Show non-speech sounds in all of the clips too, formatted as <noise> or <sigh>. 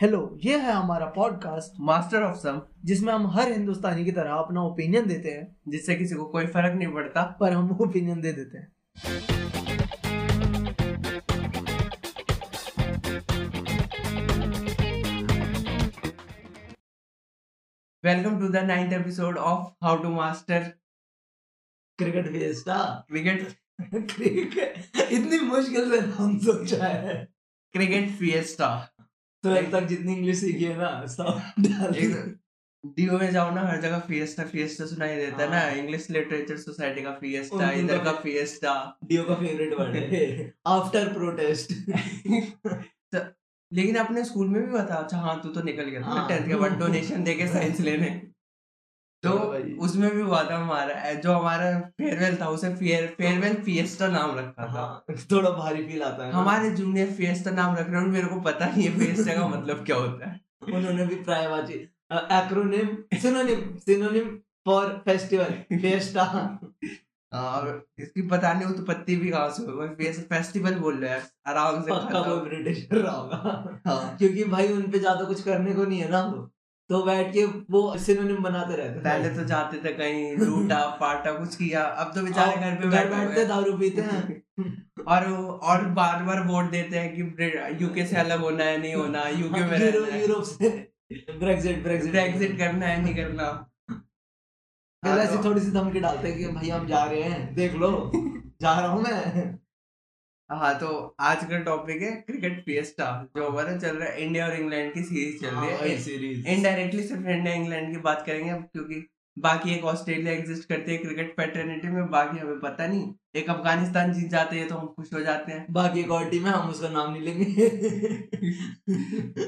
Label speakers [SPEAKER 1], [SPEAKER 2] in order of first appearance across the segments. [SPEAKER 1] Hello ये है हमारा पॉडकास्ट
[SPEAKER 2] मास्टर ऑफ सम
[SPEAKER 1] जिसमें हम हर हिंदुस्तानी की तरह अपना ओपिनियन देते हैं
[SPEAKER 2] जिससे किसी को कोई फर्क नहीं पड़ता
[SPEAKER 1] पर हम ओपिनियन दे देते हैं
[SPEAKER 2] welcome to the ninth episode of how to master
[SPEAKER 1] cricket वेस्टा
[SPEAKER 2] क्रिकेट
[SPEAKER 1] <laughs> क्रिकेट इतनी मुश्किल से हम सोचा है
[SPEAKER 2] क्रिकेट फिएस्टा
[SPEAKER 1] तो अब तक जितनी इंग्लिश सीखी है ना सब डाल दी।
[SPEAKER 2] डीओ में जाओ ना हर जगह फिएस्टा फिएस्टा सुनाई देता है ना
[SPEAKER 1] हाँ।
[SPEAKER 2] इंग्लिश लिटरेचर सोसाइटी का
[SPEAKER 1] उन
[SPEAKER 2] फिएस्टा
[SPEAKER 1] दिन
[SPEAKER 2] इधर
[SPEAKER 1] का
[SPEAKER 2] का फिएस्टा
[SPEAKER 1] डियो का फेवरेट वर्ड है
[SPEAKER 2] <laughs>
[SPEAKER 1] आफ्टर प्रोटेस्ट
[SPEAKER 2] लेकिन अपने स्कूल में भी बताया अच्छा हाँ तू तो निकल गया
[SPEAKER 1] हाँ।
[SPEAKER 2] था टेंथ के बाद डोनेशन
[SPEAKER 1] <laughs>
[SPEAKER 2] देके साइंस लेने तो
[SPEAKER 1] हाँ भाई।
[SPEAKER 2] उसमें भी हुआ था हमारा जो हमारा फेयरवेल था उसे फेयरवेल फिएस्टा नाम रखा
[SPEAKER 1] हाँ।
[SPEAKER 2] था
[SPEAKER 1] <laughs> थोड़ा भारी फील आता है ना।
[SPEAKER 2] हाँ। हमारे जूनियर फिएस्टा नाम रख रहे हैं मेरे को पता नहीं है फिएस्टा का मतलब क्या
[SPEAKER 1] <laughs>
[SPEAKER 2] होता है
[SPEAKER 1] उन्होंने भी प्रायवाची acronym synonym synonym for festival
[SPEAKER 2] <laughs>
[SPEAKER 1] Festa हाँ।
[SPEAKER 2] और इसकी पता नहीं उत्पत्ति भी कहाँ से हुई फेस्टिवल बोल रहे हैं आराम से
[SPEAKER 1] पक्का
[SPEAKER 2] खाता
[SPEAKER 1] कोई
[SPEAKER 2] हूँ।
[SPEAKER 1] ब्रिटिश रहा होगा
[SPEAKER 2] हाँ
[SPEAKER 1] क्योंकि भाई उनपे ज्यादा कुछ करने को नहीं है ना वो तो बैठ के वो सिनोनिम बनाते रहते
[SPEAKER 2] पहले तो जाते थे कहीं लूटा पाटा कुछ किया अब तो बेचारे घर पे
[SPEAKER 1] घर
[SPEAKER 2] बैठे हुए
[SPEAKER 1] बैठते तो दारू पीते हैं
[SPEAKER 2] हैं। और वो- और बार बार वोट देते हैं कि यूके से अलग होना है नहीं होना यूके में
[SPEAKER 1] यूरो-
[SPEAKER 2] रहना है
[SPEAKER 1] यूरोप से ब्रेग्जिट ब्रेग्जिट
[SPEAKER 2] ब्रेग्जिट करना है नहीं करना हाँ, तो,
[SPEAKER 1] पहले ऐसी थोड़ी सी धमकी डालते हैं कि भाई हम जा रहे हैं देख
[SPEAKER 2] <laughs>
[SPEAKER 1] लो जा रहा हूँ मैं
[SPEAKER 2] हाँ तो आज का टॉपिक है क्रिकेट फिएस्टा जो हमारा चल रहा है इंडिया और इंग्लैंड की सीरीज चल
[SPEAKER 1] हाँ,
[SPEAKER 2] रही है
[SPEAKER 1] सीरीज
[SPEAKER 2] इनडायरेक्टली सिर्फ इंडिया इंग्लैंड की बात करेंगे अब क्योंकि बाकी एक ऑस्ट्रेलिया एग्जिस्ट करती है क्रिकेट पैटर्निटी में बाकी हमें पता नहीं एक अफगानिस्तान जीत जाते हैं तो हम खुश हो जाते हैं
[SPEAKER 1] बाकी एक और टीम है हम उसका नाम नहीं
[SPEAKER 2] <laughs>
[SPEAKER 1] लेंगे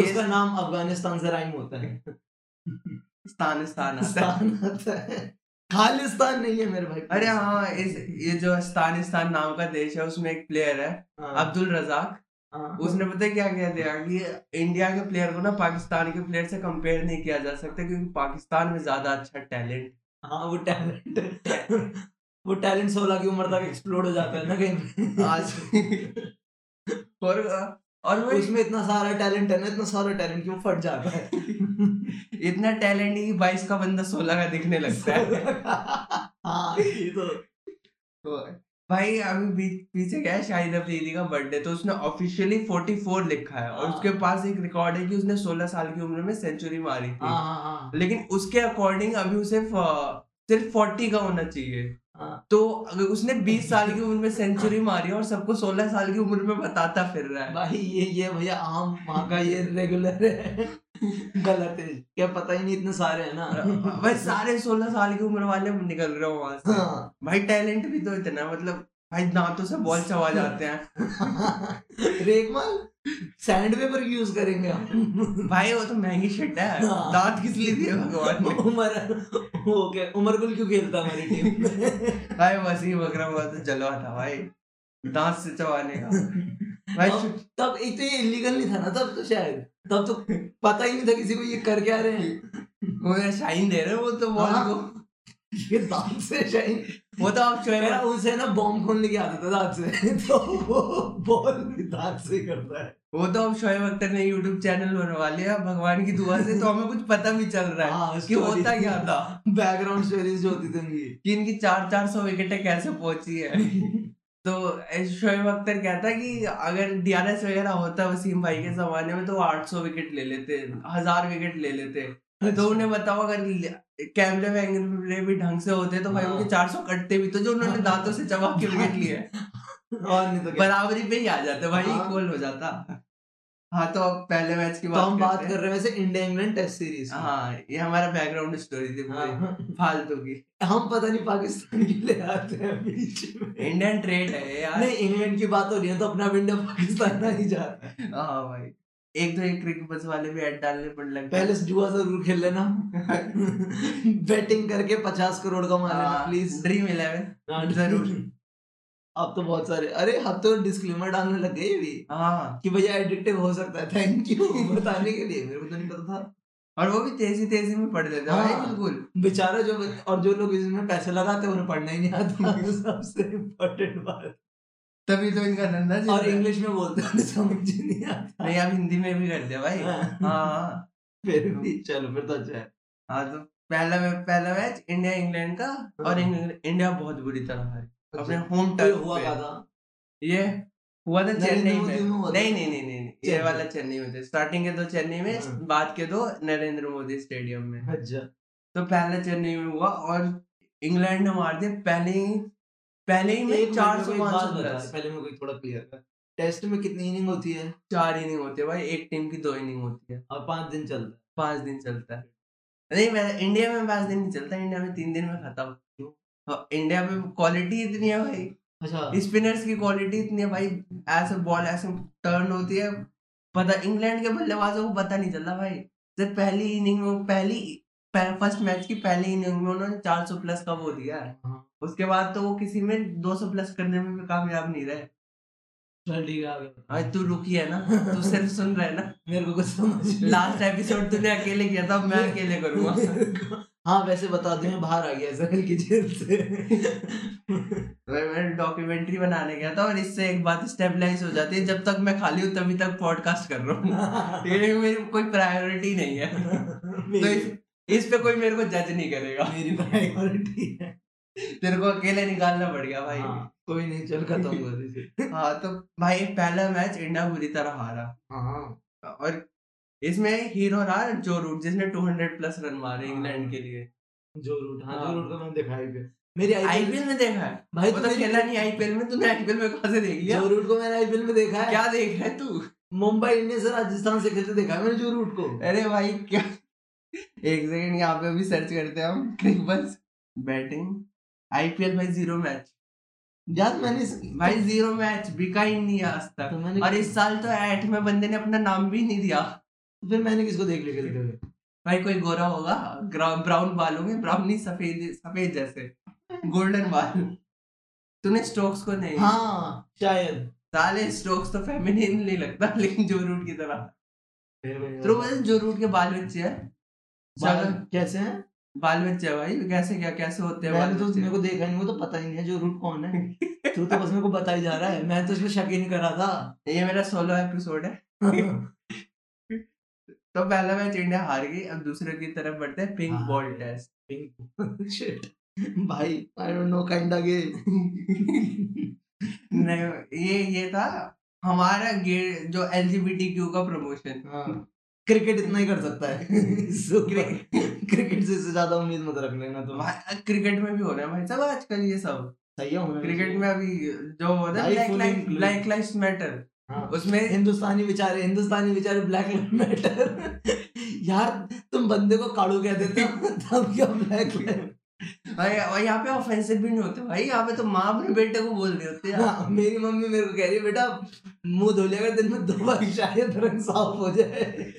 [SPEAKER 1] उसका <laughs>
[SPEAKER 2] ये
[SPEAKER 1] नाम अफगानिस्तान से राइम होता है
[SPEAKER 2] अफगानिस्तान आता है
[SPEAKER 1] स्थान आता है खालिस्तान नहीं है मेरे भाई
[SPEAKER 2] अरे हाँ इस ये जो अफगानिस्तान नाम का देश है उसमें एक प्लेयर है
[SPEAKER 1] हाँ,
[SPEAKER 2] अब्दुल रजाक
[SPEAKER 1] हाँ।
[SPEAKER 2] तो उसने पता है क्या कह दिया कि इंडिया के प्लेयर को ना पाकिस्तान के प्लेयर से कंपेयर नहीं किया जा सकता क्योंकि पाकिस्तान में ज्यादा अच्छा टैलेंट
[SPEAKER 1] हाँ वो टैलेंट वो टैलेंट सोलह की उम्र तक एक्सप्लोड हो जाता है ना कहीं
[SPEAKER 2] आज- और और वो
[SPEAKER 1] <laughs> उसमें इतना सारा टैलेंट है ना इतना सारा टैलेंट कि वो फट जाता है
[SPEAKER 2] <laughs> इतना टैलेंट ही बाईस का बंदा सोलह का दिखने लगता है
[SPEAKER 1] हाँ ये तो
[SPEAKER 2] तो भाई अभी बीच पीछे क्या है शाहिद अफरीदी का बर्थडे तो उसने ऑफिशियली 44 लिखा है और
[SPEAKER 1] हाँ।
[SPEAKER 2] उसके पास एक रिकॉर्ड है कि उसने 16 साल की उम्र में सेंचुरी मारी
[SPEAKER 1] हाँ
[SPEAKER 2] थी
[SPEAKER 1] हाँ हाँ
[SPEAKER 2] लेकिन उसके अकॉर्डिंग अभी उसे फ- सिर्फ 40 का होना चाहिए
[SPEAKER 1] हाँ।
[SPEAKER 2] तो अगर उसने 20 साल की उम्र में सेंचुरी मारी और सबको 16 साल की उम्र में बताता फिर रहा
[SPEAKER 1] <laughs>
[SPEAKER 2] है
[SPEAKER 1] भाई ये ये भैया आम वहाँ का ये रेगुलर है गलत है क्या पता ही नहीं इतने सारे हैं ना
[SPEAKER 2] भाई सारे 16 साल की उम्र वाले निकल रहे हो वहां से
[SPEAKER 1] हाँ
[SPEAKER 2] भाई टैलेंट भी तो इतना है, मतलब भाई दांतों से बॉल चबा जाते हैं
[SPEAKER 1] रेगमाल सैंड पेपर यूज करेंगे हम
[SPEAKER 2] भाई वो तो महंगी शिट है
[SPEAKER 1] हाँ।
[SPEAKER 2] दांत किस लिए दिए भगवान ने
[SPEAKER 1] उमर ओके उमर गुल क्यों खेलता हमारी टीम में
[SPEAKER 2] भाई वसीम अकरम का तो जलवा था भाई दांत से चबाने का भाई
[SPEAKER 1] अब
[SPEAKER 2] शु-
[SPEAKER 1] तब एक तो ये इलीगल नहीं था ना तब तो शायद तब तो पता ही नहीं था किसी को ये कर क्या रहे हैं
[SPEAKER 2] वो शाइन दे रहे हो, वो तो बॉल
[SPEAKER 1] हाँ।
[SPEAKER 2] को
[SPEAKER 1] ये दांत से शायद
[SPEAKER 2] वो तो आप शोएब
[SPEAKER 1] मेरा उनसे ना बॉम्ब खोलने की आदत है दांत से <laughs> तो वो बॉल भी दांत से करता है
[SPEAKER 2] वो तो अब शोएब अख्तर ने YouTube चैनल बनवा लिया भगवान की दुआ से तो हमें कुछ पता भी चल रहा है
[SPEAKER 1] हाँ
[SPEAKER 2] कि होता
[SPEAKER 1] <laughs>
[SPEAKER 2] क्या था
[SPEAKER 1] बैकग्राउंड स्टोरीज जो होती थी उनकी
[SPEAKER 2] कि इनकी चार चार सौ विकेटें कैसे पहुंची है तो ऐसे शोएब अख्तर कहता कि अगर डीआरएस वगैरह होता वसीम भाई के जमाने में तो आठ सौ विकेट ले लेते हजार विकेट ले लेते <laughs> तो उन्हें बताओ अगर ले- कैमरे में एंगल भी ढंग से होते तो भाई
[SPEAKER 1] हाँ।
[SPEAKER 2] उनके चार सौ कटते भी तो जो उन्होंने दांतों से चबा के विकेट
[SPEAKER 1] <laughs>
[SPEAKER 2] लिए <laughs>
[SPEAKER 1] और नहीं तो क्या
[SPEAKER 2] बराबरी पे ही आ जाते भाई
[SPEAKER 1] हाँ।
[SPEAKER 2] इक्वल हो जाता हाँ तो अब पहले मैच की
[SPEAKER 1] तो हम
[SPEAKER 2] बात
[SPEAKER 1] बात
[SPEAKER 2] करते
[SPEAKER 1] कर
[SPEAKER 2] हैं
[SPEAKER 1] रहे हैं वैसे इंडिया इंग्लैंड टेस्ट सीरीज की।
[SPEAKER 2] हाँ ये हमारा बैकग्राउंड स्टोरी थी
[SPEAKER 1] हाँ।
[SPEAKER 2] पूरी फालतू की
[SPEAKER 1] <laughs> हम पता नहीं पाकिस्तान की ले आते हैं बीच में
[SPEAKER 2] इंडियन ट्रेड है यार
[SPEAKER 1] नहीं इंग्लैंड की बात हो रही है तो अपना विंडो पाकिस्तान आ ही जा रहा है
[SPEAKER 2] <laughs> हाँ भाई एक तो एक क्रिकेट बस वाले भी ऐड डालने पड़ लगते हैं।
[SPEAKER 1] पहले से जुआ जरूर खेल लेना <laughs> बैटिंग करके पचास करोड़ का मार
[SPEAKER 2] हाँ,
[SPEAKER 1] लेना प्लीज
[SPEAKER 2] ड्रीम इलेवन
[SPEAKER 1] <laughs>
[SPEAKER 2] जरूर।
[SPEAKER 1] अब तो बहुत सारे अरे हम तो डिस्क्लेमर डालने लग गए भी
[SPEAKER 2] हाँ
[SPEAKER 1] कि भैया एडिक्टिव हो सकता है
[SPEAKER 2] <laughs>
[SPEAKER 1] थैंक यू बताने के लिए मेरे को तो नहीं पता था
[SPEAKER 2] और वो भी तेजी तेजी में पढ़ लेते हैं भाई
[SPEAKER 1] हाँ।
[SPEAKER 2] बिल्कुल
[SPEAKER 1] बेचारा जो
[SPEAKER 2] <laughs>
[SPEAKER 1] और जो लोग इसमें पैसे लगाते हैं उन्हें पढ़ना ही नहीं आता सबसे इम्पोर्टेंट बात
[SPEAKER 2] तभी तो इनका धंधा चल
[SPEAKER 1] और
[SPEAKER 2] रहा है।
[SPEAKER 1] इंग्लिश में बोलते हैं समझ ही नहीं आता
[SPEAKER 2] नहीं आप हिंदी में भी करते भाई हाँ
[SPEAKER 1] हाँ,
[SPEAKER 2] हाँ
[SPEAKER 1] <laughs> फिर भी चलो फिर तो अच्छा है
[SPEAKER 2] हाँ, तो पहला मैच पहला मैच इंडिया इंग्लैंड का
[SPEAKER 1] हाँ।
[SPEAKER 2] और इंग्लैंड- इंडिया बहुत बुरी तरह हारी अपने होम
[SPEAKER 1] फिर
[SPEAKER 2] टर्फ
[SPEAKER 1] अच्छा। तो हुआ क्या था
[SPEAKER 2] ये हुआ था
[SPEAKER 1] नरेंद्र
[SPEAKER 2] चेन्नई में
[SPEAKER 1] मोदी में हुआ था।
[SPEAKER 2] तो नहीं नहीं नहीं नहीं नहीं, ये
[SPEAKER 1] चेन्नई।
[SPEAKER 2] वाला चेन्नई में थे स्टार्टिंग के दो चेन्नई
[SPEAKER 1] हाँ।
[SPEAKER 2] में बाद के दो नरेंद्र मोदी स्टेडियम में
[SPEAKER 1] अच्छा
[SPEAKER 2] तो पहला चेन्नई में हुआ और इंग्लैंड ने मार दिया पहले ही पहले ही
[SPEAKER 1] एक
[SPEAKER 2] में चार सौ
[SPEAKER 1] पांच
[SPEAKER 2] पाँच सौ
[SPEAKER 1] सौ
[SPEAKER 2] प्लस
[SPEAKER 1] पहले मेरे को एक थोड़ा क्लियर कर टेस्ट में कितनी इनिंग होती है
[SPEAKER 2] चार इनिंग होती है भाई एक टीम की दो इनिंग होती है
[SPEAKER 1] और पांच दिन चलता है
[SPEAKER 2] पांच दिन चलता है नहीं मैं इंडिया में पांच दिन नहीं चलता इंडिया में तीन दिन में खत्म
[SPEAKER 1] क्यों?
[SPEAKER 2] हाँ, इंडिया में क्वालिटी इतनी है भाई
[SPEAKER 1] अच्छा
[SPEAKER 2] स्पिनर्स की क्वालिटी इतनी है भाई ऐसे बॉल ऐसे टर्न होती है पता इंग्लैंड के बल्लेबाजों को पता नहीं चलता भाई जब पहली इनिंग में पहली फर्स्ट मैच की पहली इनिंग में उन्होंने 400 प्लस का वो दिया है
[SPEAKER 1] हाँ,
[SPEAKER 2] उसके बाद तो वो किसी में 200 प्लस करने में भी कामयाब नहीं रहे
[SPEAKER 1] चल ठीक है आगे बता।
[SPEAKER 2] आज तू रुकी है ना तू सिर्फ सुन रहा है ना
[SPEAKER 1] <laughs> मेरे को कुछ समझ नहीं-
[SPEAKER 2] लास्ट एपिसोड तूने अकेले किया था अब मैं अकेले करूंगा
[SPEAKER 1] <laughs> हाँ वैसे बता दूं मैं बाहर आ गया जहल की जेल से <laughs>
[SPEAKER 2] मैं मैं डॉक्यूमेंट्री बनाने गया था और इससे एक बात स्टेबलाइज हो जाती है जब तक मैं खाली हूँ तभी तक पॉडकास्ट कर रहा हूँ <laughs> ये मेरी कोई प्रायोरिटी नहीं है तो इस,
[SPEAKER 1] मेरी
[SPEAKER 2] इस पे कोई मेरे को जज नहीं करेगा
[SPEAKER 1] प्रायोरिटी है
[SPEAKER 2] तेरे को अकेले निकालना पड़ गया भाई
[SPEAKER 1] हाँ, कोई नहीं चल खत्म कर दीजिए
[SPEAKER 2] हाँ तो भाई पहला मैच इंडिया बुरी तरह हारा
[SPEAKER 1] हाँ
[SPEAKER 2] और इसमें हीरो रहा जो रूट जिसने 200 प्लस रन मारे
[SPEAKER 1] हाँ।
[SPEAKER 2] इंग्लैंड के लिए
[SPEAKER 1] जो रूट हाँ
[SPEAKER 2] हाँ।
[SPEAKER 1] जो रूट का मैंने देखा है मेरी आईपीएल
[SPEAKER 2] आईपीएल में देखा है
[SPEAKER 1] भाई
[SPEAKER 2] वो
[SPEAKER 1] तो
[SPEAKER 2] तो
[SPEAKER 1] मेरी-
[SPEAKER 2] खेला नहीं आईपीएल में तूने आईपीएल में कहा से देख लिया
[SPEAKER 1] जो रूट को मैंने आईपीएल में देखा है
[SPEAKER 2] क्या देख रहा है तू
[SPEAKER 1] मुंबई इंडियंस से राजस्थान से खेलते देखा है मैंने जो रूट को
[SPEAKER 2] अरे भाई क्या एक सेकंड यहाँ पे अभी सर्च करते हैं हम क्रिबल्स बैटिंग आईपीएल भाई जीरो मैच
[SPEAKER 1] यार मैंने इस-
[SPEAKER 2] भाई जीरो मैच बिका ही नहीं है आज तक
[SPEAKER 1] तो मैंने
[SPEAKER 2] और इस साल तो एट में बंदे ने अपना नाम भी नहीं दिया
[SPEAKER 1] फिर मैंने किसको देख लिया खेलते हुए
[SPEAKER 2] भाई कोई गोरा होगा ग्रा- ब्राउन बालों में ब्राउन नहीं सफेद सफेद जैसे गोल्डन बाल तूने स्टोक्स को नहीं
[SPEAKER 1] हाँ शायद
[SPEAKER 2] साले स्टोक्स तो फेमिनिन नहीं लगता <laughs> लेकिन जो रूट की तरह तो
[SPEAKER 1] तो
[SPEAKER 2] वो जो रूट के बाल बच्चे है
[SPEAKER 1] बाल कैसे हैं
[SPEAKER 2] बाल बच्चे है भाई कैसे क्या कैसे होते हैं
[SPEAKER 1] मैंने तो
[SPEAKER 2] बच्चे?
[SPEAKER 1] मेरे को देखा नहीं वो तो पता ही नहीं है जो रूट कौन है तू तो बस मेरे को बता ही जा रहा है मैं तो इसमें शक ही नहीं कर रहा
[SPEAKER 2] <laughs> ये मेरा सोलो एपिसोड है
[SPEAKER 1] था
[SPEAKER 2] तो पहला मैच इंडिया हार गई अब दूसरे की तरफ बढ़ते हैं पिंक
[SPEAKER 1] हाँ।
[SPEAKER 2] Ball test
[SPEAKER 1] Shit. भाई आई डोंट नो काइंड गे
[SPEAKER 2] नहीं ये ये था हमारा गे- जो एलजीबीटीक्यू का प्रमोशन
[SPEAKER 1] क्रिकेट हाँ। इतना ही कर सकता
[SPEAKER 2] <laughs>
[SPEAKER 1] है इससे ऊपर- क्रिकेट से इससे ज्यादा उम्मीद मत रख लेना तुम हाँ,
[SPEAKER 2] क्रिकेट में भी हो रहा है भाई सब आजकल ये सब
[SPEAKER 1] सही है होना
[SPEAKER 2] क्रिकेट
[SPEAKER 1] चाहिए।
[SPEAKER 2] में अभी जो हो रहा
[SPEAKER 1] भाई,
[SPEAKER 2] है
[SPEAKER 1] full
[SPEAKER 2] black
[SPEAKER 1] include.
[SPEAKER 2] Black life matter
[SPEAKER 1] हाँ।
[SPEAKER 2] उसमें
[SPEAKER 1] हिंदुस्तानी बेचारे हिंदुस्तानी बेचारे ब्लैक लाइफ मैटर <laughs> यार तुम बंदे को काड़ू कह देते हो तब क्या ब्लैक लाइफ
[SPEAKER 2] भाई और यहाँ पे ऑफेंसिव भी नहीं होते भाई यहाँ पे तो माँ अपने बेटे को बोल रही होती है
[SPEAKER 1] हाँ, मेरी मम्मी मेरे को कह रही है बेटा मुंह धो लिया कर दिन में दो बार शायद रंग साफ हो जाए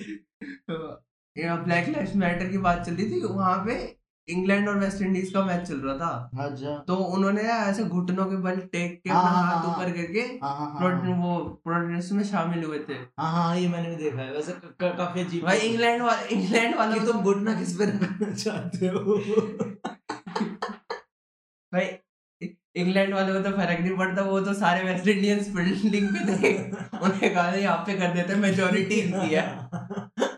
[SPEAKER 2] तो, यहाँ ब्लैक लाइफ मैटर की बात चल रही थी वहां पे इंग्लैंड और वेस्ट इंडीज का मैच चल रहा था
[SPEAKER 1] अच्छा
[SPEAKER 2] तो उन्होंने ऐसे घुटनों के बल टेक के
[SPEAKER 1] हाँ,
[SPEAKER 2] अपना
[SPEAKER 1] हाँ,
[SPEAKER 2] हाथ
[SPEAKER 1] हाँ।
[SPEAKER 2] ऊपर करके
[SPEAKER 1] हाँ हाँ हाँ,
[SPEAKER 2] प्रोट-
[SPEAKER 1] हाँ
[SPEAKER 2] वो प्रोटेस्ट में शामिल हुए थे
[SPEAKER 1] हाँ हाँ ये मैंने भी देखा है वैसे क- क- काफी अजीब
[SPEAKER 2] भाई
[SPEAKER 1] है।
[SPEAKER 2] इंग्लैंड वाले इंग्लैंड वालों
[SPEAKER 1] कि
[SPEAKER 2] तो
[SPEAKER 1] तुम घुटना किस पे रखना चाहते हो
[SPEAKER 2] इंग्लैंड वालों को तो फर्क नहीं पड़ता वो तो सारे वेस्ट इंडियंस बिल्डिंग पे थे उन्हें कहा "नहीं, यहाँ पे कर देते हैं मेजोरिटी इनकी है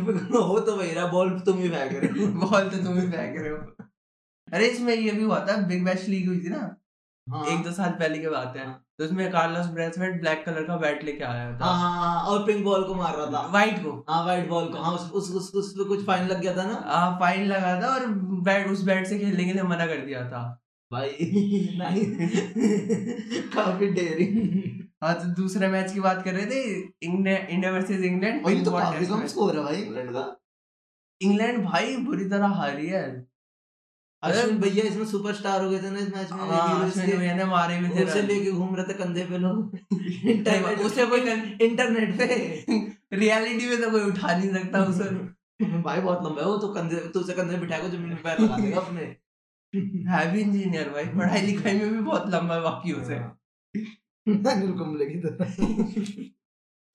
[SPEAKER 1] हो तो वही रहा बॉल तुम ही फेंक रहे हो
[SPEAKER 2] बॉल तो तुम ही फेंक रहे हो अरे इसमें ये भी हुआ था बिग बैश लीग हुई थी ना
[SPEAKER 1] हाँ।
[SPEAKER 2] एक दो साल पहले की बात है तो उसमें कार्लोस ब्रेथवेट ब्लैक कलर का बैट लेके आया
[SPEAKER 1] हाँ
[SPEAKER 2] था
[SPEAKER 1] हाँ, हाँ, और पिंक बॉल को मार रहा था
[SPEAKER 2] वाइट को
[SPEAKER 1] हाँ वाइट बॉल को हाँ उस उस उस, उस पे कुछ फाइन लग गया था ना
[SPEAKER 2] फाइन हाँ, लगा था और बैट उस बैट से खेलने के लिए मना कर दिया था
[SPEAKER 1] भाई <laughs> नहीं काफी डेयरिंग
[SPEAKER 2] हाँ तो दूसरे मैच की बात कर रहे थे इंग्लैंड इंडिया वर्सेस इंग्लैंड
[SPEAKER 1] और ये तो
[SPEAKER 2] World
[SPEAKER 1] काफी
[SPEAKER 2] Test
[SPEAKER 1] कम
[SPEAKER 2] match।
[SPEAKER 1] स्कोर है भाई इंग्लैंड का
[SPEAKER 2] इंग्लैंड भाई बुरी तरह हारी है
[SPEAKER 1] अश्विन भैया इसमें सुपरस्टार हो गए थे ना इस मैच में
[SPEAKER 2] हाँ,
[SPEAKER 1] heroes
[SPEAKER 2] अश्विन
[SPEAKER 1] के।
[SPEAKER 2] भैया ने मारे भी थे
[SPEAKER 1] उसे
[SPEAKER 2] run।
[SPEAKER 1] लेके घूम रहे थे कंधे पे
[SPEAKER 2] <laughs>
[SPEAKER 1] लोग
[SPEAKER 2] नहीं, भाई, उसे कोई
[SPEAKER 1] इंटरनेट पे
[SPEAKER 2] रियलिटी में तो कोई उठा नहीं सकता
[SPEAKER 1] <laughs>
[SPEAKER 2] उसे
[SPEAKER 1] भाई बहुत लंबा है वो तो कंधे तो उसे कंधे पे बिठा के जमीन पे पैर लगा देगा अपने
[SPEAKER 2] है भी इंजीनियर भाई पढ़ाई लिखाई में भी बहुत लंबा है बाकी <laughs> उसे
[SPEAKER 1] हाँ। अनिल कुंबले की तरह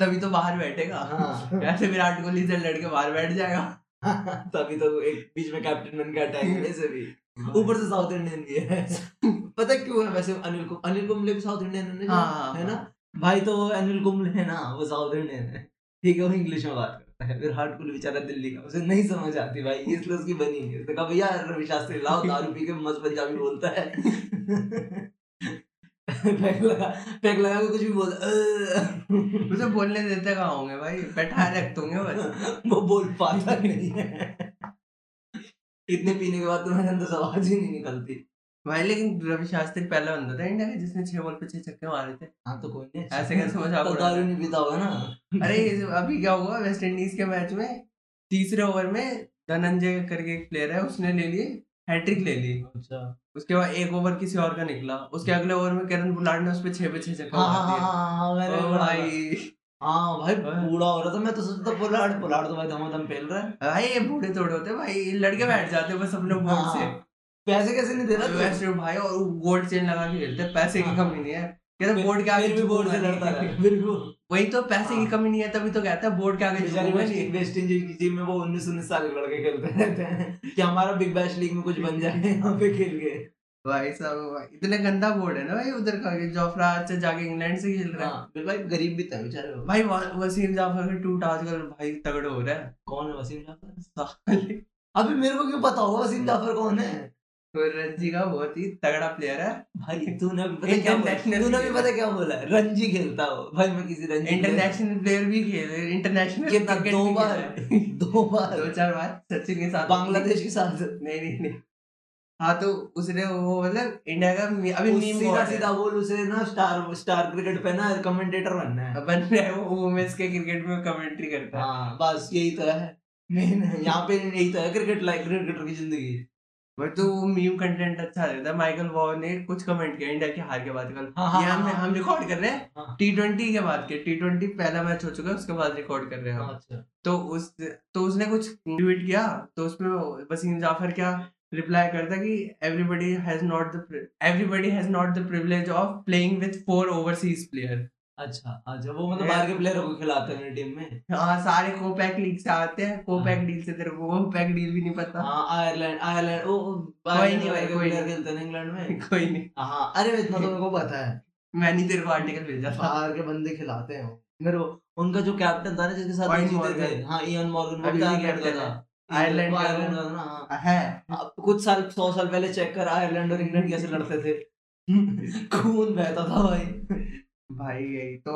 [SPEAKER 2] तभी तो बाहर बैठेगा
[SPEAKER 1] <laughs> हाँ
[SPEAKER 2] ऐसे विराट कोहली से लड़के बाहर बैठ जाएगा
[SPEAKER 1] तभी तो एक बीच में कैप्टन बन के हटाएंगे वैसे भी
[SPEAKER 2] हाँ।
[SPEAKER 1] ऊपर से साउथ इंडियन भी है <laughs> पता क्यों है वैसे अनिल कुम अनिल कुंबले भी साउथ इंडियन है ना
[SPEAKER 2] हाँ,
[SPEAKER 1] है ना भाई तो वो अनिल कुंबले है ना वो साउथ इंडियन है ठीक है वो इंग्लिश में बात करता है फिर हार्टकुल बेचारा दिल्ली का उसे नहीं समझ आती भाई ये इसलिए उसकी बनी है उसने कहा भैया रवि शास्त्री लाओ दारू पी के मस्त पंजाबी बोलता है पैक लगा पैक लगा के कुछ भी बोल
[SPEAKER 2] उसे बोलने देते कहाँ होंगे भाई बैठा रख दूंगे
[SPEAKER 1] हाँ।
[SPEAKER 2] बस
[SPEAKER 1] वो बोल पाता नहीं है इतने पीने के बाद तो मेरे अंदर से आवाज ही नहीं निकलती
[SPEAKER 2] भाई लेकिन रवि शास्त्री पहला बंदा था इंडिया का जिसने छह बॉल पे छह छक्के मारे थे
[SPEAKER 1] हाँ तो कोई नहीं
[SPEAKER 2] ऐसे कैसे मजाक
[SPEAKER 1] तो
[SPEAKER 2] उड़ा
[SPEAKER 1] दारू नहीं पीता होगा ना
[SPEAKER 2] अच्छा। अरे
[SPEAKER 1] <laughs>
[SPEAKER 2] ये जो अभी क्या हुआ वेस्ट इंडीज के मैच में तीसरे ओवर में धनंजय करके एक प्लेयर है उसने ले लिए हैट्रिक ले ली
[SPEAKER 1] अच्छा
[SPEAKER 2] उसके बाद एक ओवर किसी और का निकला उसके अगले ओवर में करण बुलाट ने उस पे छह पे छह छक्का
[SPEAKER 1] हम्म। हाँ हाँ
[SPEAKER 2] मार
[SPEAKER 1] हाँ
[SPEAKER 2] दिया
[SPEAKER 1] हाँ हाँ, मैंने
[SPEAKER 2] ओ भाई
[SPEAKER 1] पढ़ा था। हाँ भाई
[SPEAKER 2] हाँ।
[SPEAKER 1] बूढ़ा हो रहा था मैं तो सोचता पोलाड़ पोलाड़ तो भाई धमाधम फैल रहा है
[SPEAKER 2] भाई ये बूढ़े थोड़े होते भाई लड़के बैठ जाते बस अपने बोर्ड
[SPEAKER 1] हाँ।
[SPEAKER 2] से
[SPEAKER 1] पैसे कैसे नहीं दे रहा तू?
[SPEAKER 2] वेस्ट भाई और गोल्ड चेन लगा के खेलते हैं, पैसे की
[SPEAKER 1] हाँ।
[SPEAKER 2] कमी नहीं है कहते हैं, बोर्ड के आगे
[SPEAKER 1] फिर भी बोर्ड से लड़ता रहा <laughs> फिर भी वो-
[SPEAKER 2] <laughs> वही तो पैसे की
[SPEAKER 1] हाँ।
[SPEAKER 2] कमी नहीं है तभी तो कहता है बोर्ड के आगे
[SPEAKER 1] बेचारे
[SPEAKER 2] झुकूंगा
[SPEAKER 1] वेस्ट
[SPEAKER 2] नहीं।
[SPEAKER 1] वेस्ट इंडीज की टीम में वो उन्नीस उन्नीस साल के लड़के खेलते रहते हैं कि हमारा बिग बैश लीग में कुछ बन जाए यहाँ पे खेल के
[SPEAKER 2] भाई साहब भाई, इतने गंदा बोर्ड है ना भाई उधर का कि जोफ्रा अच्छा जाके इंग्लैंड से खेल रहा है
[SPEAKER 1] हाँ, फिर भाई गरीब भी था बेचारे वो।
[SPEAKER 2] भाई वा- वसीम जाफर का टूट आजकल भाई तगड़े हो रहा है <laughs>
[SPEAKER 1] कौन है वसीम जाफर
[SPEAKER 2] साले।
[SPEAKER 1] अभी मेरे को क्यों पता होगा वसीम जाफर कौन है
[SPEAKER 2] तो रणजी का बहुत ही तगड़ा प्लेयर है
[SPEAKER 1] भाई तूने अभी पता क्या
[SPEAKER 2] International
[SPEAKER 1] बोला तूने अभी
[SPEAKER 2] player।
[SPEAKER 1] पता क्या बोला रणजी खेलता हो भाई मैं किसी रणजी player-
[SPEAKER 2] इंटरनेशनल प्लेयर भी खेल इंटरनेशनल
[SPEAKER 1] कितना
[SPEAKER 2] क्रिकेट भी
[SPEAKER 1] दो
[SPEAKER 2] खेल
[SPEAKER 1] बार
[SPEAKER 2] रहा है।
[SPEAKER 1] दो बार
[SPEAKER 2] दो चार बार सचिन के साथ
[SPEAKER 1] बांग्लादेश के साथ
[SPEAKER 2] नहीं नहीं नहीं हाँ तो उसने वो मतलब इंडिया का मी- अभी
[SPEAKER 1] उस
[SPEAKER 2] मीम
[SPEAKER 1] सीधा
[SPEAKER 2] बहुत है।
[SPEAKER 1] सीधा बोल उसे ना स्टार स्टार क्रिकेट पे ना कमेंटेटर बनना है
[SPEAKER 2] बन रहा है वो वुमेन्स के क्रिकेट में कमेंट्री करता है
[SPEAKER 1] हाँ बस यही तो है मेन यहाँ पे यही तो है क्रिकेट लाइफ क्रिकेटर की जिंदगी
[SPEAKER 2] बट तो वो मीम कंटेंट अच्छा देता है माइकल वॉ ने कुछ कमेंट किया इंडिया की हार के बाद कल
[SPEAKER 1] हाँ, हाँ,
[SPEAKER 2] ये हम
[SPEAKER 1] हाँ,
[SPEAKER 2] हम रिकॉर्ड कर रहे हैं
[SPEAKER 1] हाँ।
[SPEAKER 2] टी ट्वेंटी के बाद के टी ट्वेंटी पहला मैच हो चुका है उसके बाद रिकॉर्ड कर रहे हैं हम
[SPEAKER 1] अच्छा
[SPEAKER 2] तो उस तो उसने कुछ ट्वीट किया तो उसमें वो- वसीम जाफर क्या रिप्लाई करता कि everybody has not the everybody has not the privilege of playing with four overseas player
[SPEAKER 1] अच्छा अच्छा वो मतलब बाहर के प्लेयर को खिलाते हैं टीम में
[SPEAKER 2] हाँ सारे कोपैक लीग से आते हैं कोपैक डील से तेरे को कोपैक डील भी नहीं पता
[SPEAKER 1] हाँ आयरलैंड आयरलैंड ओ ओ,
[SPEAKER 2] कोई नहीं
[SPEAKER 1] आयरलैंड
[SPEAKER 2] भाई,
[SPEAKER 1] के
[SPEAKER 2] कोई
[SPEAKER 1] प्लेयर
[SPEAKER 2] नहीं।
[SPEAKER 1] खेलते हैं इंग्लैंड में
[SPEAKER 2] कोई नहीं
[SPEAKER 1] हाँ अरे इतना तो मेरे को
[SPEAKER 2] <laughs>
[SPEAKER 1] पता है
[SPEAKER 2] मैंने तेरे को आर्टिकल भेजा था
[SPEAKER 1] बाहर के बंदे खिलाते हैं वो। मेरे को उनका जो कैप्टन था ना जिसके साथ
[SPEAKER 2] Ian
[SPEAKER 1] वो जीते थे
[SPEAKER 2] Morgan।
[SPEAKER 1] हाँ इयन मॉर्गन वो
[SPEAKER 2] अभी
[SPEAKER 1] भी
[SPEAKER 2] भी
[SPEAKER 1] आयरलैंड का
[SPEAKER 2] captain
[SPEAKER 1] था
[SPEAKER 2] आयरलैंड
[SPEAKER 1] हाँ, वो
[SPEAKER 2] का
[SPEAKER 1] आयरलैंड
[SPEAKER 2] वो-
[SPEAKER 1] का था ना हाँ।
[SPEAKER 2] है
[SPEAKER 1] आप कुछ साल सौ साल पहले चेक कर आयरलैंड और इंग्लैंड कैसे लड़ते थे <laughs> खून बहता था भाई
[SPEAKER 2] भाई यही तो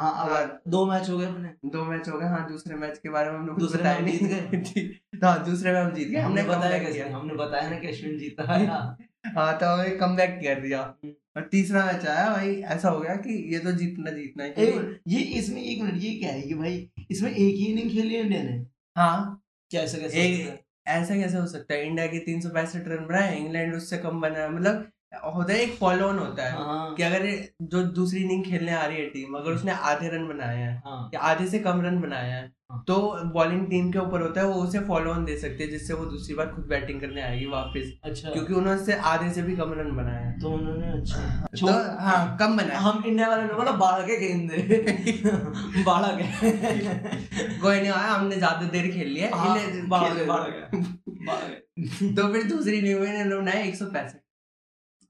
[SPEAKER 1] हाँ अब दो मैच हो गए अपने
[SPEAKER 2] दो मैच हो गए हाँ दूसरे मैच के बारे में हम लोग कुछ
[SPEAKER 1] दूसरे
[SPEAKER 2] बताया
[SPEAKER 1] में हम
[SPEAKER 2] नहीं
[SPEAKER 1] जीत
[SPEAKER 2] <laughs>
[SPEAKER 1] गए।
[SPEAKER 2] ठीक। हाँ दूसरे में हम जीत गए
[SPEAKER 1] हमने
[SPEAKER 2] हमने
[SPEAKER 1] बताया
[SPEAKER 2] comeback
[SPEAKER 1] कैसे
[SPEAKER 2] किया।
[SPEAKER 1] हमने बताया ना कि अश्विन जीता है
[SPEAKER 2] <laughs> हाँ तो हमने कम बैक कर दिया
[SPEAKER 1] हम्म।
[SPEAKER 2] और तीसरा मैच आया भाई ऐसा हो गया कि ये तो जीतना जीतना ही
[SPEAKER 1] एक मिनट, ये इसमें एक मिनट ये क्या है कि भाई इसमें एक ही इनिंग खेली इंडिया ने
[SPEAKER 2] हाँ
[SPEAKER 1] कैसे कैसे
[SPEAKER 2] एक- ऐसा कैसे हो सकता है इंडिया के तीन सौ पैंसठ रन बनाए इंग्लैंड उससे कम बनाए मतलब होता है एक फॉलो ऑन होता है
[SPEAKER 1] हाँ
[SPEAKER 2] कि अगर ये- जो दूसरी इनिंग खेलने आ रही है टीम अगर उसने आधे रन बनाए हैं
[SPEAKER 1] हाँ
[SPEAKER 2] या आधे से कम रन बनाया है
[SPEAKER 1] हाँ।
[SPEAKER 2] तो बॉलिंग टीम के ऊपर होता है वो उसे फॉलो ऑन दे सकते हैं जिससे वो दूसरी बार खुद बैटिंग करने आएगी वापस
[SPEAKER 1] अच्छा
[SPEAKER 2] क्योंकि उन्होंने उससे आधे से भी कम रन बनाया है
[SPEAKER 1] तो उन्होंने अच्छा
[SPEAKER 2] तो हाँ कम बनाया
[SPEAKER 1] हम इंडिया वाले ने बोला बाढ़ के गेंद दे <laughs>
[SPEAKER 2] <laughs>
[SPEAKER 1] बाढ़ के
[SPEAKER 2] कोई नहीं आया हमने ज्यादा देर खेल लिया
[SPEAKER 1] हाँ,
[SPEAKER 2] इन्हें
[SPEAKER 1] बाढ़
[SPEAKER 2] खेल-
[SPEAKER 1] के बाढ़ के बाढ़ के।
[SPEAKER 2] तो फिर दूसरी इनिंग में इन्होंने बनाया एक सौ पैंसठ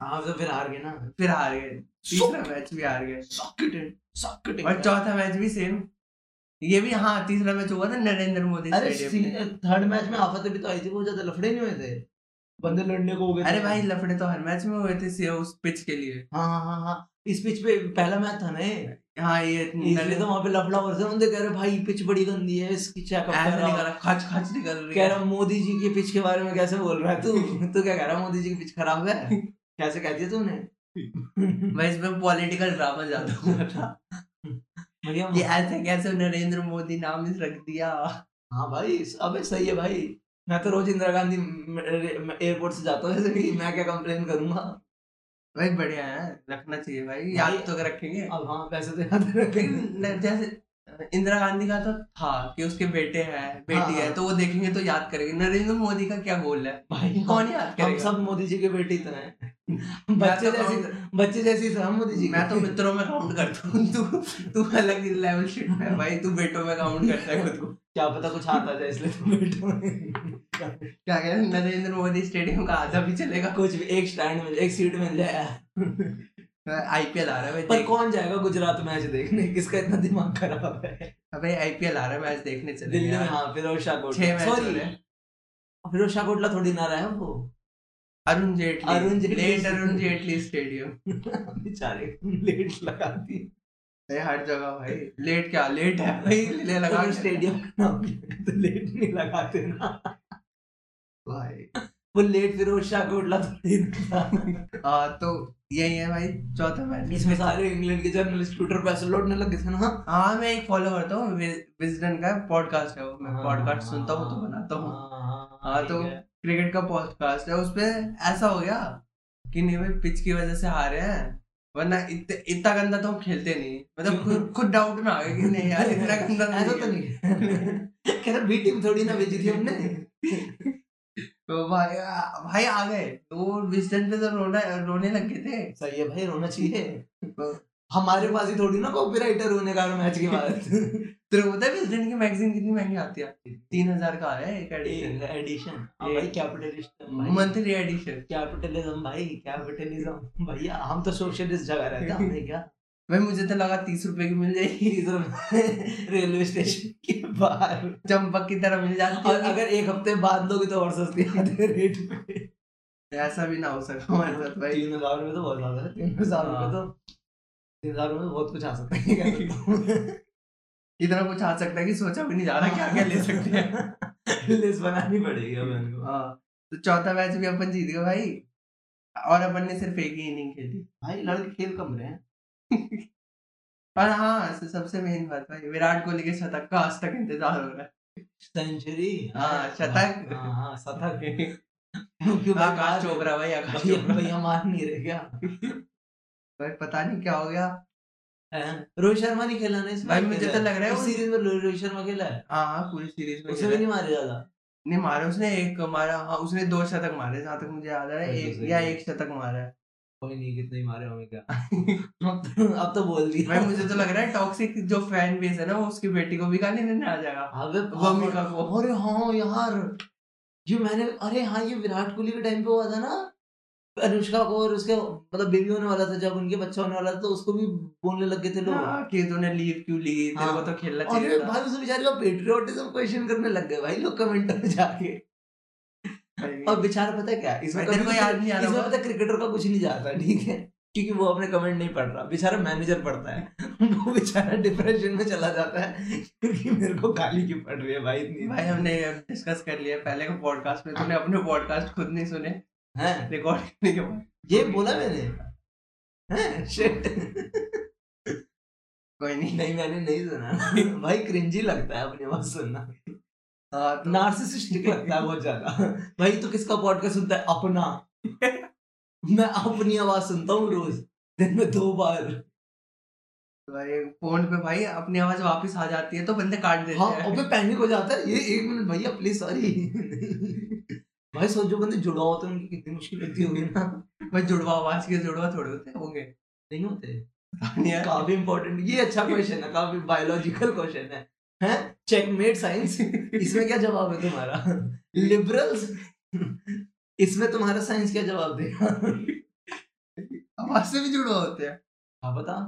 [SPEAKER 1] हाँ तो फिर हार गए ना
[SPEAKER 2] फिर हार गए तीसरा मैच भी हार गए
[SPEAKER 1] सॉकेटेड सॉकेटेड
[SPEAKER 2] और चौथा मैच भी सेम ये भी हाँ तीसरा मैच हुआ था नरेंद्र मोदी
[SPEAKER 1] अरे
[SPEAKER 2] स्टेडियम में।
[SPEAKER 1] थर्ड मैच में आफत भी तो आई थी वो ज्यादा लफड़े नहीं हुए थे बंदे लड़ने को हो गए थे।
[SPEAKER 2] अरे भाई लफड़े तो हर मैच में हुए थे से- उस पिच के लिए
[SPEAKER 1] हाँ हाँ हाँ हाँ इस पिच पे पहला मैच था ना ये।
[SPEAKER 2] हाँ ये
[SPEAKER 1] इसलिए तो वहाँ पे लफड़ा हो रहा था बंदे कह रहे भाई पिच बड़ी गंदी है इसकी चेकअप
[SPEAKER 2] ऐसे
[SPEAKER 1] कर रहा
[SPEAKER 2] निकला खच खच निकल रही
[SPEAKER 1] कह
[SPEAKER 2] है।
[SPEAKER 1] रहा मोदी जी की पिच के बारे में कैसे बोल रहा है तू <laughs> तू क्या कह रहा है मोदी जी की पिच खराब
[SPEAKER 2] <laughs>
[SPEAKER 1] है कैसे कह दिया तूने <laughs>
[SPEAKER 2] भाई इसमें पॉलिटिकल ड्रामा ज्यादा हुआ <laughs> था
[SPEAKER 1] बढ़िया
[SPEAKER 2] ये ऐसे कैसे नरेंद्र मोदी नाम इस रख दिया
[SPEAKER 1] हाँ भाई अबे सही है भाई मैं तो रोज इंदिरा गांधी एयरपोर्ट से जाता हूँ ऐसे भी मैं क्या कंप्लेन करूंगा
[SPEAKER 2] भाई बढ़िया है रखना चाहिए भाई
[SPEAKER 1] भाई-
[SPEAKER 2] याद तो रखेंगे
[SPEAKER 1] अब हाँ पैसे तो याद रखेंगे
[SPEAKER 2] लेकिन न- जैसे इंदिरा गांधी का तो था कि उसके बेटे हैं बेटी
[SPEAKER 1] हाँ।
[SPEAKER 2] है तो वो देखेंगे तो याद करेंगे नरेंद्र मोदी का क्या गोल है
[SPEAKER 1] भाई हम-
[SPEAKER 2] कौन याद
[SPEAKER 1] हम
[SPEAKER 2] करेगा
[SPEAKER 1] सब मोदी जी के बेटे ही तो हैं
[SPEAKER 2] मैं
[SPEAKER 1] बच्चे
[SPEAKER 2] तो
[SPEAKER 1] जैसे
[SPEAKER 2] count-
[SPEAKER 1] बच्चे जैसे ही तो हम मोदी जी
[SPEAKER 2] मैं
[SPEAKER 1] के।
[SPEAKER 2] तो मित्रों में काउंट करता हूँ तू तू अलग लेवल शिट है भाई तू बेटों में काउंट करता है खुद को
[SPEAKER 1] क्या पता कुछ आता जाए इसलिए तो बेटे
[SPEAKER 2] क्या कहते हैं नरेंद्र मोदी स्टेडियम का आधा भी चलेगा
[SPEAKER 1] कुछ भी एक स्टैंड मिल एक सीट मिल जाए
[SPEAKER 2] आईपीएल आ रहा है भाई
[SPEAKER 1] पर
[SPEAKER 2] देख-
[SPEAKER 1] कौन जाएगा गुजरात मैच देखने किसका इतना दिमाग खराब है
[SPEAKER 2] भाई आईपीएल आ रहा है मैच देखने चले
[SPEAKER 1] दिल्ली में हाँ फिरोज शाह
[SPEAKER 2] छह
[SPEAKER 1] कोटला
[SPEAKER 2] मैच हो
[SPEAKER 1] सॉरी
[SPEAKER 2] रहे हैं
[SPEAKER 1] फिरोज शाह कोटला थोड़ी ना रहा है वो
[SPEAKER 2] अरुण जेटली
[SPEAKER 1] अरुण जेटली- तो-
[SPEAKER 2] लेट अरुण जेटली स्टेडियम
[SPEAKER 1] बेचारे लेट लगा दी
[SPEAKER 2] भाई हर जगह भाई लेट क्या लेट है भाई ले लगा
[SPEAKER 1] अगर
[SPEAKER 2] के-
[SPEAKER 1] स्टेडियम का नाम भी- तो लेट नहीं लगाते ना
[SPEAKER 2] भाई
[SPEAKER 1] वो लेट फिरोज शाह कोटला थोड़ी ना तो था।
[SPEAKER 2] हाँ तो यही है भाई चौथा मैच
[SPEAKER 1] इसमें सारे इंग्लैंड के जर्नलिस्ट ट्विटर पे ऐसे लौटने लग गए थे ना
[SPEAKER 2] हाँ मैं एक फॉलो करता हूँ विजडन का पॉडकास्ट है वो मैं पॉडकास्ट सुनता हूँ तो
[SPEAKER 1] हाँ,
[SPEAKER 2] बनाता हूँ
[SPEAKER 1] हाँ,
[SPEAKER 2] हाँ, तो-
[SPEAKER 1] ठीक है।
[SPEAKER 2] क्रिकेट का पॉडकास्ट है उसपे ऐसा हो गया कि नहीं भाई पिच की वजह से हारे हैं वरना इत, इतना गंदा तो हम खेलते नहीं
[SPEAKER 1] <laughs>
[SPEAKER 2] मतलब खुद खुद डाउट में आ गए कि नहीं यार इतना गंदा
[SPEAKER 1] ऐसा तो नहीं कह रहा बी टीम थोड़ी ना भेजी थी हमने
[SPEAKER 2] तो भाई भाई आ गए वो विस्टन पे तो रोना रोने लग गए थे तो
[SPEAKER 1] सही है भाई रोना चाहिए हमारे पास ही थोड़ी ना कॉपीराइटर होने का मैच के
[SPEAKER 2] <laughs>
[SPEAKER 1] बाद
[SPEAKER 2] तेरे को पता है विस्टन की मैगजीन कितनी महंगी आती है तीन हजार का आ रहा है एक एडिशन
[SPEAKER 1] एडिशन
[SPEAKER 2] ये-
[SPEAKER 1] भाई कैपिटलिस्ट
[SPEAKER 2] मंथली एडिशन
[SPEAKER 1] कैपिटलिज्म भाई कैपिटलिज्म भैया हम तो सोशलिस्ट जगह रहते हैं हमने क्या <laughs>
[SPEAKER 2] भाई मुझे तो लगा तीस रुपए की मिल जाएगी
[SPEAKER 1] इधर रेलवे स्टेशन के बाहर
[SPEAKER 2] चंपक की तरह मिल जाती
[SPEAKER 1] और
[SPEAKER 2] है
[SPEAKER 1] अगर एक हफ्ते बाद लोगे तो और सस्ती आते <laughs> रेट पे
[SPEAKER 2] ऐसा भी ना हो सका हमारे साथ भाई
[SPEAKER 1] तीन हजार में तो बहुत ज्यादा है तीन हजार
[SPEAKER 2] हाँ।
[SPEAKER 1] में तो तीन हजार में तो बहुत कुछ आ सकता है क्या
[SPEAKER 2] <laughs>
[SPEAKER 1] सकता हूँ।
[SPEAKER 2] इतना कुछ आ सकता है कि सोचा भी नहीं जा रहा क्या क्या ले सकते
[SPEAKER 1] <laughs>
[SPEAKER 2] हैं
[SPEAKER 1] हैं लिस्ट बनानी पड़ेगी अब इनको
[SPEAKER 2] हाँ, तो चौथा मैच भी अपन जीत गए भाई और अपन ने सिर्फ एक ही इनिंग खेली
[SPEAKER 1] भाई लड़के खेल कम रहे हैं
[SPEAKER 2] और हाँ स- सबसे मेन बात भाई विराट कोहली के शतक का आज तक इंतजार हो रहा है
[SPEAKER 1] सेंचुरी
[SPEAKER 2] हाँ, शतक। हाँ,
[SPEAKER 1] हाँ हाँ, शतक क्यों
[SPEAKER 2] आकाश चोपड़ा भाई आकाश
[SPEAKER 1] भैया
[SPEAKER 2] चोपड़ा
[SPEAKER 1] भैया मार नहीं रहे क्या
[SPEAKER 2] भाई पता नहीं क्या हो गया
[SPEAKER 1] हैं? रोहित शर्मा नहीं खेला ना इसमें
[SPEAKER 2] भाई मुझे तो लग रहा है
[SPEAKER 1] इस
[SPEAKER 2] वो-
[SPEAKER 1] सीरीज में रो- रोहित शर्मा खेला है
[SPEAKER 2] हाँ हाँ पूरी सीरीज में
[SPEAKER 1] उसे
[SPEAKER 2] खेला
[SPEAKER 1] भी
[SPEAKER 2] है।
[SPEAKER 1] नहीं मारे ज्यादा
[SPEAKER 2] नहीं मारा उसने एक मारा हाँ उसने दो शतक मारे जहाँ तक मुझे याद आ रहा है
[SPEAKER 1] भाई तो
[SPEAKER 2] एक
[SPEAKER 1] सही
[SPEAKER 2] या
[SPEAKER 1] है।
[SPEAKER 2] एक शतक मारा है
[SPEAKER 1] कोई नहीं कितने ही मारे होंगे क्या <laughs> अब तो, अब तो बोल दिया
[SPEAKER 2] भाई मुझे तो लग रहा है टॉक्सिक जो फैन बेस है ना वो उसकी बेटी को भी गाली देने आ जाएगा
[SPEAKER 1] अबे
[SPEAKER 2] भूमिका को।
[SPEAKER 1] अरे हाँ यार ये मैंने अरे हाँ ये विराट कोहली के टाइम पे हुआ था ना अनुष्का को और उसके मतलब बेबी होने वाला था जब उनके बच्चा होने वाला था तो उसको भी बोलने लग गए थे लोग
[SPEAKER 2] हाँ, कि तूने लीव क्यों ली तेरे को
[SPEAKER 1] हाँ।
[SPEAKER 2] तो खेलना
[SPEAKER 1] अरे
[SPEAKER 2] चाहिए था
[SPEAKER 1] भाई उस बेचारे का पेट्रियोटिज्म क्वेश्चन करने लग गए भाई लोग कमेंट में जाके
[SPEAKER 2] भाई।
[SPEAKER 1] और बेचारा पता है क्या इसमें
[SPEAKER 2] तेरे को
[SPEAKER 1] कभी-
[SPEAKER 2] याद तो नहीं आ रहा
[SPEAKER 1] इसमें
[SPEAKER 2] होगा।
[SPEAKER 1] पता क्रिकेटर का तो कुछ नहीं जाता ठीक है क्योंकि वो अपने कमेंट नहीं पढ़ रहा बेचारा मैनेजर पढ़ता है <laughs> वो बेचारा डिप्रेशन में चला जाता है क्योंकि मेरे को गाली की पड़ रही है भाई इतनी
[SPEAKER 2] भाई हमने डिस्कस कर लिया पहले के पॉडकास्ट में तूने अपने पॉडकास्ट खुद नहीं सुने
[SPEAKER 1] हैं
[SPEAKER 2] रिकॉर्ड करने के बाद
[SPEAKER 1] ये बोला मैंने हैं शिट
[SPEAKER 2] कोई नहीं
[SPEAKER 1] नहीं मैंने नहीं सुना भाई क्रिंजी लगता है अपनी आवाज सुनना
[SPEAKER 2] हाँ तो
[SPEAKER 1] नार्सिसिस्टिक लगता है बहुत ज्यादा भाई तो किसका पॉडकास्ट सुनता है अपना मैं अपनी आवाज सुनता हूँ रोज दिन में दो बार
[SPEAKER 2] भाई फोन पे भाई अपनी आवाज वापस आ जाती है तो बंदे काट देते
[SPEAKER 1] हाँ
[SPEAKER 2] हैं
[SPEAKER 1] अबे पैनिक हो जाता है ये एक मिनट भैया प्लीज सॉरी भाई सोचो जो बंदे जुड़ा होता है उनकी कितनी मुश्किल होती होगी ना
[SPEAKER 2] भाई जुड़वा आवाज के जुड़वा थोड़े होते होंगे
[SPEAKER 1] नहीं होते
[SPEAKER 2] यार
[SPEAKER 1] काफी इंपॉर्टेंट ये अच्छा क्वेश्चन है काफी बायोलॉजिकल क्वेश्चन है हैं चेकमेट साइंस इसमें क्या जवाब है तुम्हारा लिबरल्स इसमें तुम्हारा साइंस क्या जवाब देगा
[SPEAKER 2] आवाज से भी जुड़वा होते हैं
[SPEAKER 1] हाँ बता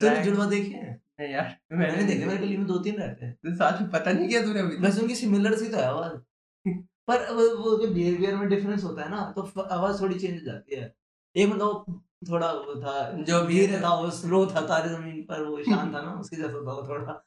[SPEAKER 1] तूने
[SPEAKER 2] Right.
[SPEAKER 1] जुड़वा देखे हैं
[SPEAKER 2] नहीं यार
[SPEAKER 1] मैंने देखे मेरे गली में दो तीन रहते हैं
[SPEAKER 2] तो साथ में पता नहीं किया तूने अभी तक।
[SPEAKER 1] वैसे उनकी सिमिलर सी तो है <laughs> आवाज पर वो वो जो बिहेवियर में डिफरेंस होता है ना तो फ- आवाज थोड़ी चेंज हो जाती है एक मतलब थोड़ा वो था
[SPEAKER 2] जो भी
[SPEAKER 1] वीर था वो स्लो था तारे जमीन पर वो ईशान <laughs> था ना उसके जैसा था वो <laughs> थोड़ा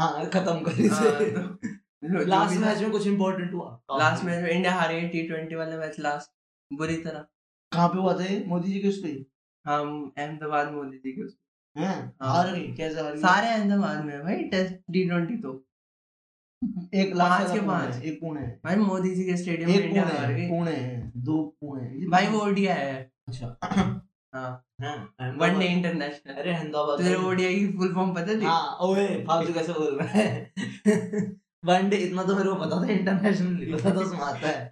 [SPEAKER 1] हाँ तो खत्म कर इसे <laughs> लास्ट मैच में कुछ इम्पोर्टेंट हुआ
[SPEAKER 2] लास्ट मैच में इंडिया हारी टी ट्वेंटी वाला मैच लास्ट बुरी तरह
[SPEAKER 1] कहाँ पे हुआ था ये मोदी जी के उस पे ही?
[SPEAKER 2] हम अहमदाबाद मोदी जी के उस-
[SPEAKER 1] हैं?
[SPEAKER 2] हाँ।
[SPEAKER 1] हार गई कैसे हार गई
[SPEAKER 2] सारे अहमदाबाद में है भाई टेस्ट टी ट्वेंटी तो
[SPEAKER 1] एक लास्ट
[SPEAKER 2] पाँच के
[SPEAKER 1] वाला
[SPEAKER 2] पाँच।
[SPEAKER 1] पुणे, एक पुणे
[SPEAKER 2] भाई मोदी जी के स्टेडियम में
[SPEAKER 1] एक
[SPEAKER 2] इंडिया हार
[SPEAKER 1] पुणे
[SPEAKER 2] गई
[SPEAKER 1] पुणे दो पुणे ये तो
[SPEAKER 2] भाई वो ओडीआई है
[SPEAKER 1] अच्छा
[SPEAKER 2] हाँ
[SPEAKER 1] हैं,
[SPEAKER 2] वन डे
[SPEAKER 1] अहमदाबाद-
[SPEAKER 2] इंटरनेशनल
[SPEAKER 1] अरे अहमदाबाद
[SPEAKER 2] तो तेरे ओडीआई की फुल फॉर्म पता थी
[SPEAKER 1] हाँ ओए फालतू कैसे बोल रहा है <laughs> वन डे इतना तो मेरे को पता था इंटरनेशनल नहीं पता था उसमें आता है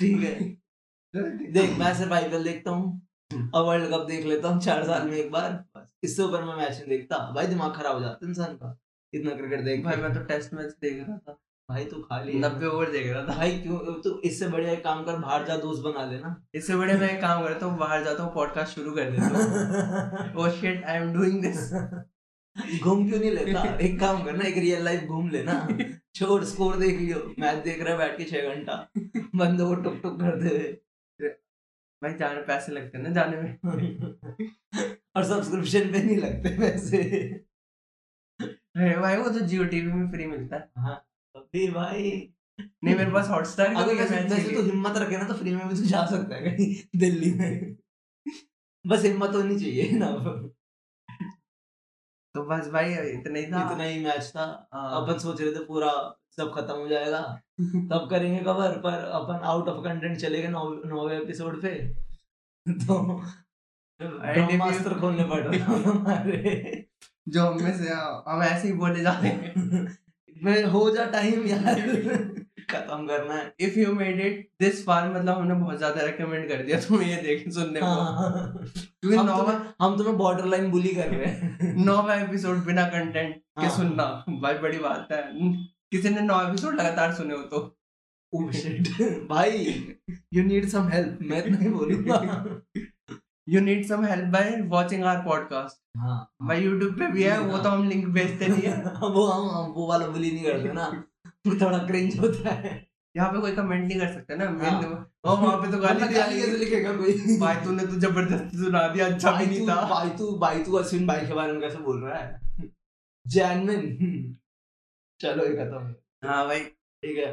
[SPEAKER 1] ठीक है देख मैं सिर्फ आईपीएल देखता हूँ और वर्ल्ड कप देख लेता हूँ चार साल में एक बार बस इससे ऊपर मैं मैच नहीं देखता भाई दिमाग खराब हो जाता है इंसान का इतना क्रिकेट देख
[SPEAKER 2] भाई
[SPEAKER 1] के।
[SPEAKER 2] मैं तो टेस्ट मैच देख रहा था
[SPEAKER 1] भाई तू खा लिया
[SPEAKER 2] नब्बे ओवर देख रहा था
[SPEAKER 1] भाई क्यों तू इससे बढ़िया एक काम कर बाहर जा दोस्त बना लेना
[SPEAKER 2] इससे बड़े मैं एक काम करता हूँ बाहर जाता हूँ पॉडकास्ट शुरू कर देता
[SPEAKER 1] <laughs>
[SPEAKER 2] हूँ
[SPEAKER 1] घूम
[SPEAKER 2] oh shit I am doing
[SPEAKER 1] <laughs>
[SPEAKER 2] this
[SPEAKER 1] क्यों नहीं लेता एक काम करना एक रियल लाइफ घूम लेना छोड़ स्कोर देख लियो मैच देख रहा है बैठ के छह घंटा बंदों को टुक टुक करते
[SPEAKER 2] भाई जाने पैसे लगते हैं ना जाने में
[SPEAKER 1] हुए और सब्सक्रिप्शन पे नहीं लगते पैसे
[SPEAKER 2] अरे भाई वो तो जियो टीवी में फ्री मिलता है
[SPEAKER 1] तो फिर भाई
[SPEAKER 2] नहीं मेरे
[SPEAKER 1] <laughs>
[SPEAKER 2] पास हॉटस्टार
[SPEAKER 1] अगर वैसे वैसे तो हिम्मत रखे ना तो फ्री में भी तू जा सकता है कहीं दिल्ली में बस हिम्मत होनी चाहिए ना
[SPEAKER 2] तो बस भाई इतना ही था
[SPEAKER 1] इतना ही मैच था
[SPEAKER 2] हाँ।
[SPEAKER 1] अपन सोच रहे थे पूरा सब खत्म
[SPEAKER 2] <laughs>
[SPEAKER 1] हो जाएगा तब करेंगे कवर पर अपन आउट ऑफ कंटेंट चले गए नौ- नौवे एपिसोड पे <laughs> तो
[SPEAKER 2] IDP
[SPEAKER 1] मास्टर खोलने पड़ रहे हैं हमारे
[SPEAKER 2] <laughs> जो हम में से हाँ, हम ऐसे ही बोले जाते हैं
[SPEAKER 1] मैं हो जा
[SPEAKER 2] <laughs>
[SPEAKER 1] टाइम यार खत्म करना है
[SPEAKER 2] if you made it this far मतलब हमने बहुत ज्यादा रेकमेंड कर दिया तुम्हें ये देख सुनने को
[SPEAKER 1] हाँ। तो-
[SPEAKER 2] क्योंकि
[SPEAKER 1] हम
[SPEAKER 2] नौवा
[SPEAKER 1] तुम्हें हम तुम्हें बॉर्डर लाइन बुली कर
[SPEAKER 2] <laughs>
[SPEAKER 1] रहे हैं
[SPEAKER 2] नौवा एपिसोड बिना कंटेंट के
[SPEAKER 1] हाँ।
[SPEAKER 2] सुनना भाई बड़ी बात है किसी ने नौ एपिसोड लगातार सुने हो तो
[SPEAKER 1] Oh shit. भाई यू नीड सम हेल्प मैं इतना ही बोलूंगा
[SPEAKER 2] you need some help by watching our podcast
[SPEAKER 1] <laughs> हाँ
[SPEAKER 2] भाई यूट्यूब पे भी है वो तो हम लिंक भेजते नहीं
[SPEAKER 1] <laughs>
[SPEAKER 2] है
[SPEAKER 1] वो हम हम वो वाला बुली नहीं करते
[SPEAKER 2] <laughs>
[SPEAKER 1] ना वो थोड़ा क्रिंज होता है
[SPEAKER 2] यहाँ पे कोई कमेंट नहीं कर सकता ना
[SPEAKER 1] हाँ।
[SPEAKER 2] मेन और वहाँ पे तो गाली
[SPEAKER 1] वरना गाली कैसे
[SPEAKER 2] दी
[SPEAKER 1] लिखेगा कोई
[SPEAKER 2] भाई तूने तो जबरदस्ती सुना दिया अच्छा भी
[SPEAKER 1] भाई
[SPEAKER 2] नहीं
[SPEAKER 1] तू
[SPEAKER 2] था
[SPEAKER 1] भाई तू भाई तू अश्विन भाई के बारे में कैसे बोल रहा है जैनमिन चलो ये खत्म
[SPEAKER 2] हाँ भाई
[SPEAKER 1] ठीक है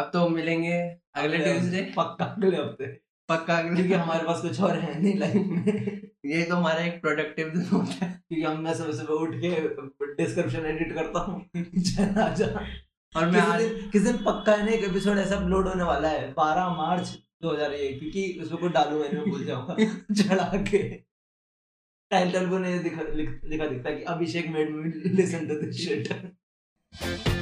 [SPEAKER 2] अब तो मिलेंगे अगले
[SPEAKER 1] अगले-
[SPEAKER 2] ट्यूसडे
[SPEAKER 1] पक्का अगले हफ्ते
[SPEAKER 2] पक्का अगले
[SPEAKER 1] क्योंकि हमारे पास कुछ और है नहीं लाइफ में क्योंकि
[SPEAKER 2] ये तो हमारा एक प्रोडक्टिव दिन होता है
[SPEAKER 1] हम मैं सुबह सुबह उठ के डिस्क्रिप्शन एडिट करता हूँ चला जा
[SPEAKER 2] और मैं
[SPEAKER 1] किस
[SPEAKER 2] आज
[SPEAKER 1] दिन किस दिन पक्का है ना एक एपिसोड ऐसा अपलोड होने वाला है 12 मार्च 2001 क्योंकि उसमें कुछ डालू मैंने मैं भूल
[SPEAKER 2] <laughs>
[SPEAKER 1] जाऊंगा चढ़ा के टाइटल को नहीं दिखा लिख- लिखा दिखता है कि Abhishek made me listen to this shit